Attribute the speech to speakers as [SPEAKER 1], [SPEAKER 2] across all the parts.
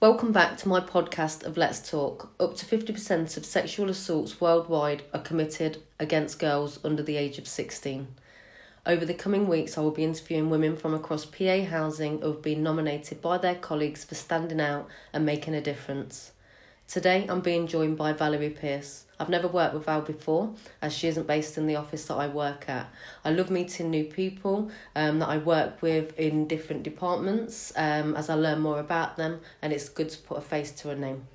[SPEAKER 1] Welcome back to my podcast of Let's Talk. Up to 50% of sexual assaults worldwide are committed against girls under the age of 16. Over the coming weeks, I will be interviewing women from across PA housing who have been nominated by their colleagues for standing out and making a difference. Today, I'm being joined by Valerie Pierce. I've never worked with Val before, as she isn't based in the office that I work at. I love meeting new people um, that I work with in different departments um, as I learn more about them, and it's good to put a face to a name.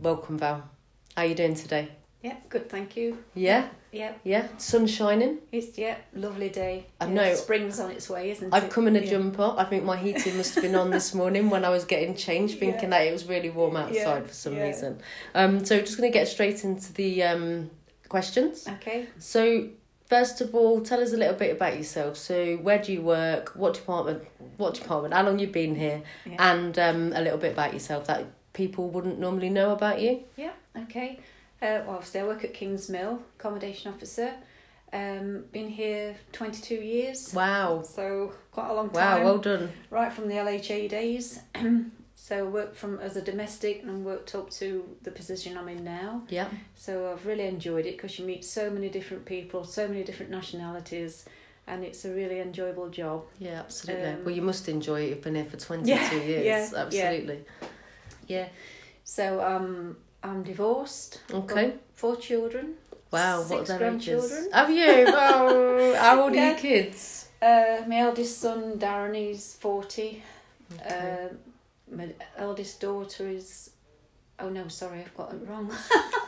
[SPEAKER 1] Welcome, Val. How are you doing today?
[SPEAKER 2] Yeah, good, thank you.
[SPEAKER 1] Yeah,
[SPEAKER 2] Yeah,
[SPEAKER 1] yeah. Sun shining.
[SPEAKER 2] it's yeah, lovely day.
[SPEAKER 1] I
[SPEAKER 2] Yeah,
[SPEAKER 1] know.
[SPEAKER 2] spring's on its way, isn't it?
[SPEAKER 1] I've come in a
[SPEAKER 2] Yeah.
[SPEAKER 1] jumper. I think my heating must have been on this morning when I was getting changed, thinking
[SPEAKER 2] Yeah.
[SPEAKER 1] that it was really warm outside
[SPEAKER 2] Yeah,
[SPEAKER 1] for some
[SPEAKER 2] yeah.
[SPEAKER 1] reason. Um, so just gonna get straight into the um questions.
[SPEAKER 2] Okay.
[SPEAKER 1] So first of all, tell us a little bit about yourself. So where do you work? What department? What department? How long you've been here?
[SPEAKER 2] Yeah.
[SPEAKER 1] And um, a little bit about yourself that people wouldn't normally know about you.
[SPEAKER 2] yeah. Okay. Uh, well, obviously, I work at King's Mill, accommodation officer. Um, been here twenty two years,
[SPEAKER 1] Wow.
[SPEAKER 2] so quite a long time.
[SPEAKER 1] Wow, well done.
[SPEAKER 2] right from the LHA days. so worked from as a domestic and worked up to the position I'm in now.
[SPEAKER 1] Yeah.
[SPEAKER 2] So I've really enjoyed it because you meet so many different people, so many different nationalities, and it's a really enjoyable job.
[SPEAKER 1] Yeah, absolutely.
[SPEAKER 2] Um,
[SPEAKER 1] well, you must enjoy it. You've been here for 22
[SPEAKER 2] Yeah,
[SPEAKER 1] years.
[SPEAKER 2] yeah, yeah.
[SPEAKER 1] absolutely.
[SPEAKER 2] Yeah. So um, I'm divorced.
[SPEAKER 1] Okay.
[SPEAKER 2] Got Four children.
[SPEAKER 1] Wow, what are
[SPEAKER 2] Six
[SPEAKER 1] their
[SPEAKER 2] grandchildren.
[SPEAKER 1] ages? Have you? Wow. How old are
[SPEAKER 2] Yeah.
[SPEAKER 1] your kids?
[SPEAKER 2] Uh, my eldest son Darren is forty. Um my eldest daughter is. Oh no, sorry, I've got it wrong.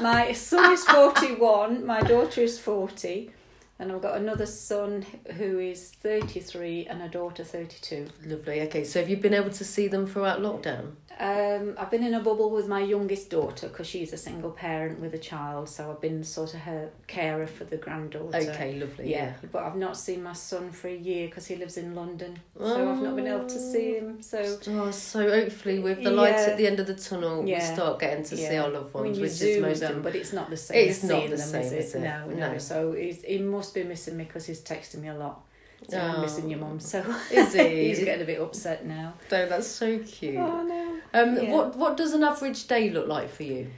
[SPEAKER 2] my son is forty-one. My daughter is forty, and I've got another son who is thirty-three and a daughter thirty-two.
[SPEAKER 1] Lovely. Okay, so have you been able to see them throughout lockdown?
[SPEAKER 2] Um, I've been in a bubble with my youngest daughter because she's a single parent with a child, so I've been sort of her carer for the granddaughter.
[SPEAKER 1] Okay, lovely.
[SPEAKER 2] uh, Yeah,
[SPEAKER 1] Yeah.
[SPEAKER 2] but I've not seen my son for a year because he lives in London, so I've not been able to see him. So
[SPEAKER 1] Oh, so hopefully with the lights
[SPEAKER 2] Yeah.
[SPEAKER 1] at the end of the tunnel, we
[SPEAKER 2] Yeah.
[SPEAKER 1] start getting to see
[SPEAKER 2] Yeah.
[SPEAKER 1] our loved
[SPEAKER 2] I mean,
[SPEAKER 1] ones,
[SPEAKER 2] you
[SPEAKER 1] which is
[SPEAKER 2] zoom
[SPEAKER 1] most
[SPEAKER 2] them,
[SPEAKER 1] important.
[SPEAKER 2] but it's not the same.
[SPEAKER 1] It's
[SPEAKER 2] as
[SPEAKER 1] not
[SPEAKER 2] seeing
[SPEAKER 1] the
[SPEAKER 2] them,
[SPEAKER 1] same, is it?
[SPEAKER 2] No, no,
[SPEAKER 1] No.
[SPEAKER 2] So he's, he must be missing me because he's texting me a lot. So
[SPEAKER 1] Oh.
[SPEAKER 2] I'm missing your mum. So
[SPEAKER 1] Is
[SPEAKER 2] he's
[SPEAKER 1] he?
[SPEAKER 2] getting a bit upset now. Oh,
[SPEAKER 1] Though that's so cute.
[SPEAKER 2] no.
[SPEAKER 1] Um,
[SPEAKER 2] yeah.
[SPEAKER 1] what what does an average day look like for you?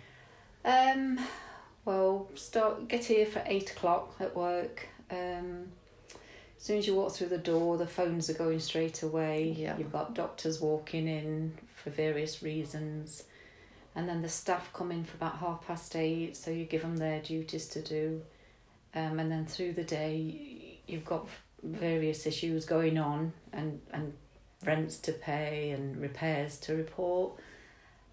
[SPEAKER 2] Um, well, start get here for eight o'clock at work. Um, as soon as you walk through the door, the phones are going straight away.
[SPEAKER 1] Yeah.
[SPEAKER 2] You've got doctors walking in for various reasons, and then the staff come in for about half past eight. So you give them their duties to do, um, and then through the day, you've got various issues going on, and and rents to pay and repairs to report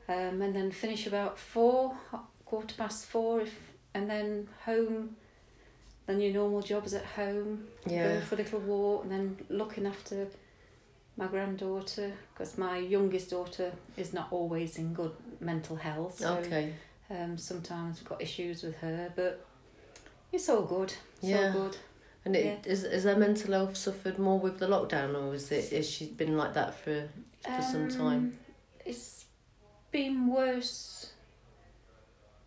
[SPEAKER 2] um, and then finish about four, quarter past four, if, and then home. Then your normal jobs at home,
[SPEAKER 1] Yeah.
[SPEAKER 2] going for a little walk, and then looking after my granddaughter because my youngest daughter is not always in good mental health. So,
[SPEAKER 1] Okay.
[SPEAKER 2] Um, sometimes we've got issues with her, but it's all good. It's
[SPEAKER 1] Yeah.
[SPEAKER 2] all good.
[SPEAKER 1] And it is is her mental health suffered more with the lockdown, or is it is she been like that for? For some time.
[SPEAKER 2] Um, It's been worse.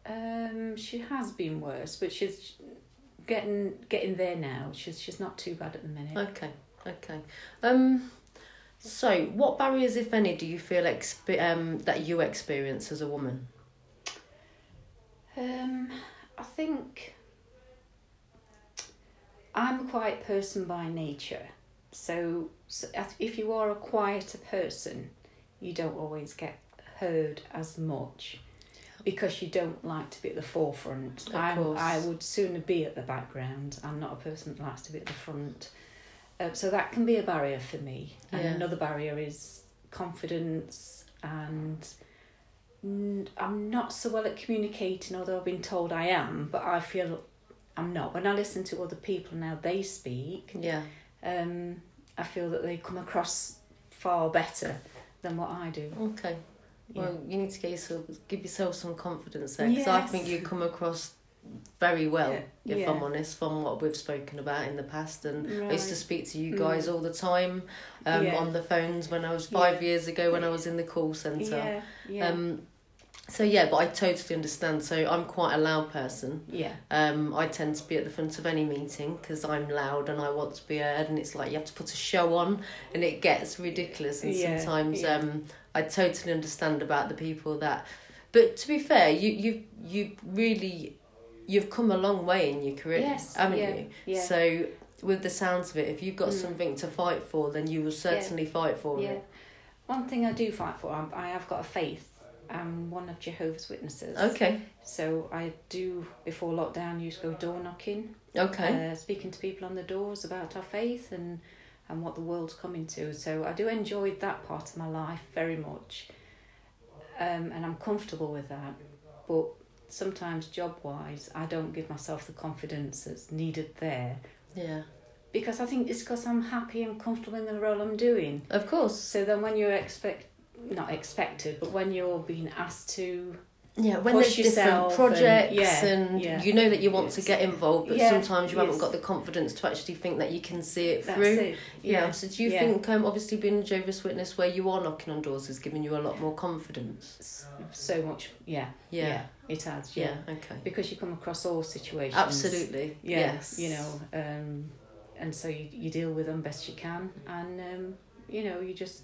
[SPEAKER 2] Um, she has been worse, but she's getting getting there now. She's she's not too bad at the minute.
[SPEAKER 1] Okay, okay. Um, so what barriers, if any, do you feel exp- um that you experience as a woman?
[SPEAKER 2] Um, I think I'm a quiet person by nature. So, so I th- if you are a quieter person, you don't always get heard as much because you don't like to be at the forefront.
[SPEAKER 1] Of
[SPEAKER 2] I
[SPEAKER 1] course.
[SPEAKER 2] I would sooner be at the background. I'm not a person that likes to be at the front. Uh, so that can be a barrier for me. And
[SPEAKER 1] Yeah.
[SPEAKER 2] another barrier is confidence and n- I'm not so well at communicating, although I've been told I am, but I feel I'm not. When I listen to other people now, they speak,
[SPEAKER 1] Yeah,
[SPEAKER 2] um, I feel that they come across far better than what I do.
[SPEAKER 1] okay.
[SPEAKER 2] Yeah.
[SPEAKER 1] Well, you need to get yourself give yourself some confidence there, because I think you
[SPEAKER 2] Yes.
[SPEAKER 1] come across very well,
[SPEAKER 2] Yeah.
[SPEAKER 1] if
[SPEAKER 2] Yeah.
[SPEAKER 1] I'm honest, from what we've spoken about in the past. And I used to
[SPEAKER 2] Right.
[SPEAKER 1] speak to you
[SPEAKER 2] Mm.
[SPEAKER 1] guys all the time um,
[SPEAKER 2] Yeah.
[SPEAKER 1] on the phones when I was five
[SPEAKER 2] Yeah.
[SPEAKER 1] years ago when I was in the call centre.
[SPEAKER 2] yeah, yeah.
[SPEAKER 1] Um, So yeah, but I totally understand. So I'm quite a loud person.
[SPEAKER 2] Yeah.
[SPEAKER 1] Um, I tend to be at the front of any meeting because I'm loud and I want to be heard. And it's like you have to put a show on, and it gets ridiculous. And
[SPEAKER 2] Yeah,
[SPEAKER 1] sometimes
[SPEAKER 2] yeah.
[SPEAKER 1] um, I totally understand about the people that. But to be fair, you you you really, you've come a long way in your career,
[SPEAKER 2] Yes,
[SPEAKER 1] haven't
[SPEAKER 2] yeah,
[SPEAKER 1] you?
[SPEAKER 2] Yeah.
[SPEAKER 1] So with the sounds of it, if you've got
[SPEAKER 2] Mm.
[SPEAKER 1] something to fight for, then you will certainly fight for
[SPEAKER 2] yeah.
[SPEAKER 1] it.
[SPEAKER 2] One thing I do fight for, I'm, I have got a faith. I'm one of Jehovah's Witnesses.
[SPEAKER 1] Okay.
[SPEAKER 2] So I do, before lockdown, used to go door knocking,
[SPEAKER 1] Okay.
[SPEAKER 2] uh, speaking to people on the doors about our faith and, and what the world's coming to. So I do enjoy that part of my life very much. Um, and I'm comfortable with that. But sometimes, job wise, I don't give myself the confidence that's needed there.
[SPEAKER 1] yeah.
[SPEAKER 2] Because I think it's because I'm happy and comfortable in the role I'm doing.
[SPEAKER 1] Of course.
[SPEAKER 2] So then, when you're expect not expected, but when you're being asked to,
[SPEAKER 1] Yeah, when
[SPEAKER 2] push
[SPEAKER 1] there's different
[SPEAKER 2] yourself
[SPEAKER 1] projects and,
[SPEAKER 2] and- yeah, yeah.
[SPEAKER 1] you know that you want to
[SPEAKER 2] Yes.
[SPEAKER 1] get involved, but
[SPEAKER 2] Yeah,
[SPEAKER 1] sometimes you haven't
[SPEAKER 2] yes.
[SPEAKER 1] got the confidence to actually think that you can see it
[SPEAKER 2] that's
[SPEAKER 1] through.
[SPEAKER 2] it.
[SPEAKER 1] Yeah. So do you
[SPEAKER 2] yeah.
[SPEAKER 1] think um, obviously being a Jehovah's Witness where you are knocking on doors is giving you a lot more confidence?
[SPEAKER 2] S- so much. Yeah, yeah,
[SPEAKER 1] Yeah.
[SPEAKER 2] it adds. Yeah.
[SPEAKER 1] Yeah. Okay.
[SPEAKER 2] because you come across all situations.
[SPEAKER 1] Absolutely.
[SPEAKER 2] Yeah,
[SPEAKER 1] yes.
[SPEAKER 2] you know, um, and so you you deal with them best you can, and um, you know you just.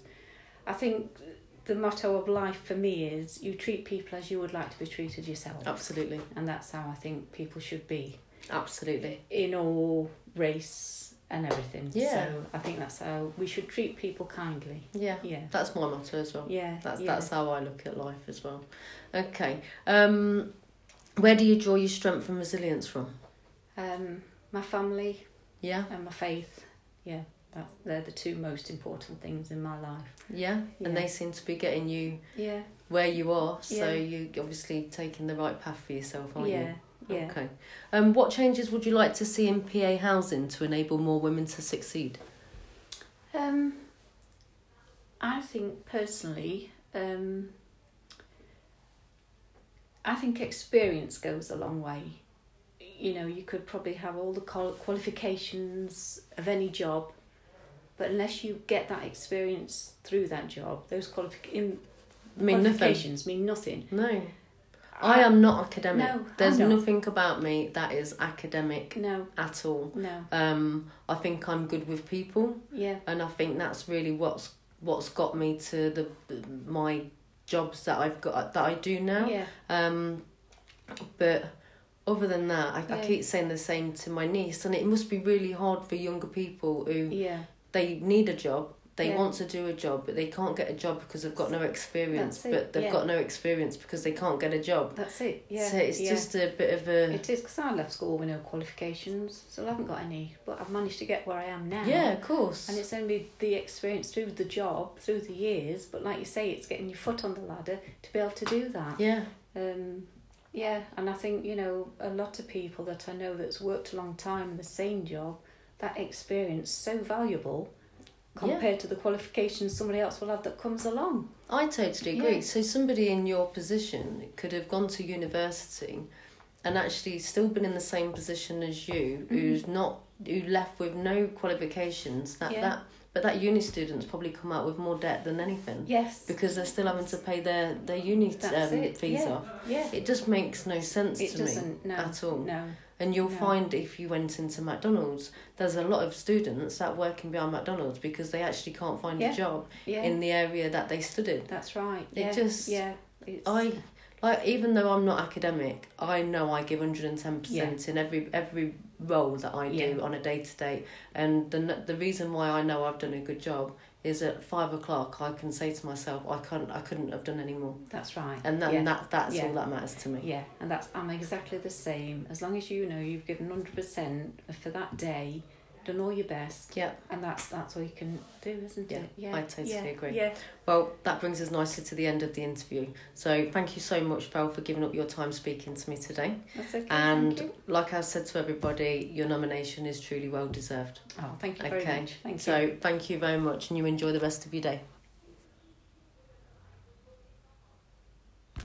[SPEAKER 2] I think the motto of life for me is you treat people as you would like to be treated yourself,
[SPEAKER 1] Oh. Absolutely.
[SPEAKER 2] and that's how I think people should be.
[SPEAKER 1] Absolutely.
[SPEAKER 2] in all race and everything.
[SPEAKER 1] Yeah.
[SPEAKER 2] So I think that's how we should treat people kindly.
[SPEAKER 1] Yeah.
[SPEAKER 2] Yeah.
[SPEAKER 1] That's my motto as well.
[SPEAKER 2] Yeah.
[SPEAKER 1] That's
[SPEAKER 2] yeah.
[SPEAKER 1] that's how I look at life as well. Okay. Um, where do you draw your strength and resilience from?
[SPEAKER 2] um my family
[SPEAKER 1] Yeah.
[SPEAKER 2] and my faith. Yeah. That they're the two most important things in my life.
[SPEAKER 1] Yeah. And
[SPEAKER 2] Yeah.
[SPEAKER 1] they seem to be getting you
[SPEAKER 2] Yeah.
[SPEAKER 1] where you are, so
[SPEAKER 2] Yeah.
[SPEAKER 1] you obviously taking the right path for yourself, aren't
[SPEAKER 2] yeah.
[SPEAKER 1] you?
[SPEAKER 2] Yeah.
[SPEAKER 1] Okay. Um, what changes would you like to see in PA housing to enable more women to succeed?
[SPEAKER 2] Um, I think personally, um, I think experience goes a long way. You know, you could probably have all the qual- qualifications of any job, but unless you get that experience through that job, those qualifi- in-
[SPEAKER 1] Mean nothing.
[SPEAKER 2] qualifications mean nothing.
[SPEAKER 1] No. I am not academic.
[SPEAKER 2] Uh, No, I'm
[SPEAKER 1] There's
[SPEAKER 2] not.
[SPEAKER 1] nothing about me that is academic
[SPEAKER 2] No,
[SPEAKER 1] at all.
[SPEAKER 2] no,
[SPEAKER 1] Um, I think I'm good with people,
[SPEAKER 2] yeah,
[SPEAKER 1] and I think that's really what's what's got me to the my jobs that I've got that I do now.
[SPEAKER 2] yeah,
[SPEAKER 1] Um, but other than that, I, I
[SPEAKER 2] Yeah.
[SPEAKER 1] keep saying the same to my niece, and it must be really hard for younger people who
[SPEAKER 2] yeah.
[SPEAKER 1] they need a job, they
[SPEAKER 2] Yeah.
[SPEAKER 1] want to do a job, but they can't get a job because they've got no experience.
[SPEAKER 2] That's it,
[SPEAKER 1] But they've
[SPEAKER 2] yeah.
[SPEAKER 1] got no experience because they can't get a job.
[SPEAKER 2] That's it. Yeah,
[SPEAKER 1] so it's
[SPEAKER 2] yeah.
[SPEAKER 1] just a bit of a
[SPEAKER 2] It is because I left school with no qualifications, so I haven't got any, but I've managed to get where I am now.
[SPEAKER 1] yeah, of course.
[SPEAKER 2] And it's only the experience through the job, through the years, but like you say, it's getting your foot on the ladder to be able to do that.
[SPEAKER 1] yeah,
[SPEAKER 2] Um, yeah, and I think, you know, a lot of people that I know that's worked a long time in the same job, that experience so valuable compared to the qualifications somebody else will have that comes along.
[SPEAKER 1] I totally agree.
[SPEAKER 2] Yeah.
[SPEAKER 1] So somebody in your position could have gone to university and actually still been in the same position as you,
[SPEAKER 2] Mm-hmm.
[SPEAKER 1] who's not who left with no qualifications. That
[SPEAKER 2] Yeah.
[SPEAKER 1] that but that uni students probably come out with more debt than anything
[SPEAKER 2] Yes.
[SPEAKER 1] because they're still having to pay their their uni
[SPEAKER 2] That's
[SPEAKER 1] um,
[SPEAKER 2] it,
[SPEAKER 1] fees
[SPEAKER 2] yeah.
[SPEAKER 1] off.
[SPEAKER 2] yeah.
[SPEAKER 1] It just makes no sense
[SPEAKER 2] It
[SPEAKER 1] to me
[SPEAKER 2] doesn't, no.
[SPEAKER 1] at all.
[SPEAKER 2] No.
[SPEAKER 1] And you'll
[SPEAKER 2] No.
[SPEAKER 1] find if you went into McDonald's, there's a lot of students that working behind McDonald's because they actually can't find
[SPEAKER 2] Yeah.
[SPEAKER 1] a job
[SPEAKER 2] Yeah.
[SPEAKER 1] in the area that they stood in.
[SPEAKER 2] that's right.
[SPEAKER 1] It
[SPEAKER 2] yeah.
[SPEAKER 1] just-
[SPEAKER 2] Yeah. It's,
[SPEAKER 1] I like even though I'm not academic, I know I give hundred and ten percent
[SPEAKER 2] Yeah.
[SPEAKER 1] in every every role that I do
[SPEAKER 2] Yeah.
[SPEAKER 1] on a day to day, and the n- the reason why I know I've done a good job is at five o'clock I can say to myself I can't I couldn't have done any more,
[SPEAKER 2] That's right.
[SPEAKER 1] and then
[SPEAKER 2] yeah.
[SPEAKER 1] that that's
[SPEAKER 2] Yeah.
[SPEAKER 1] all that matters to me.
[SPEAKER 2] Yeah, and that's I'm exactly the same. As long as you know you've given hundred percent for that day, done all your best,
[SPEAKER 1] Yeah,
[SPEAKER 2] and that's that's all you can do, isn't it?
[SPEAKER 1] Yeah, I totally
[SPEAKER 2] yeah,
[SPEAKER 1] agree.
[SPEAKER 2] Yeah,
[SPEAKER 1] well that brings us nicely to the end of the interview. So thank you so much, Val, for giving up your time speaking to me today.
[SPEAKER 2] that's okay. thank
[SPEAKER 1] And
[SPEAKER 2] you.
[SPEAKER 1] like I've said to everybody, your nomination is truly well deserved.
[SPEAKER 2] oh, thank you very
[SPEAKER 1] Okay,
[SPEAKER 2] much. Thank you.
[SPEAKER 1] So thank you very much, and you enjoy the rest of your day.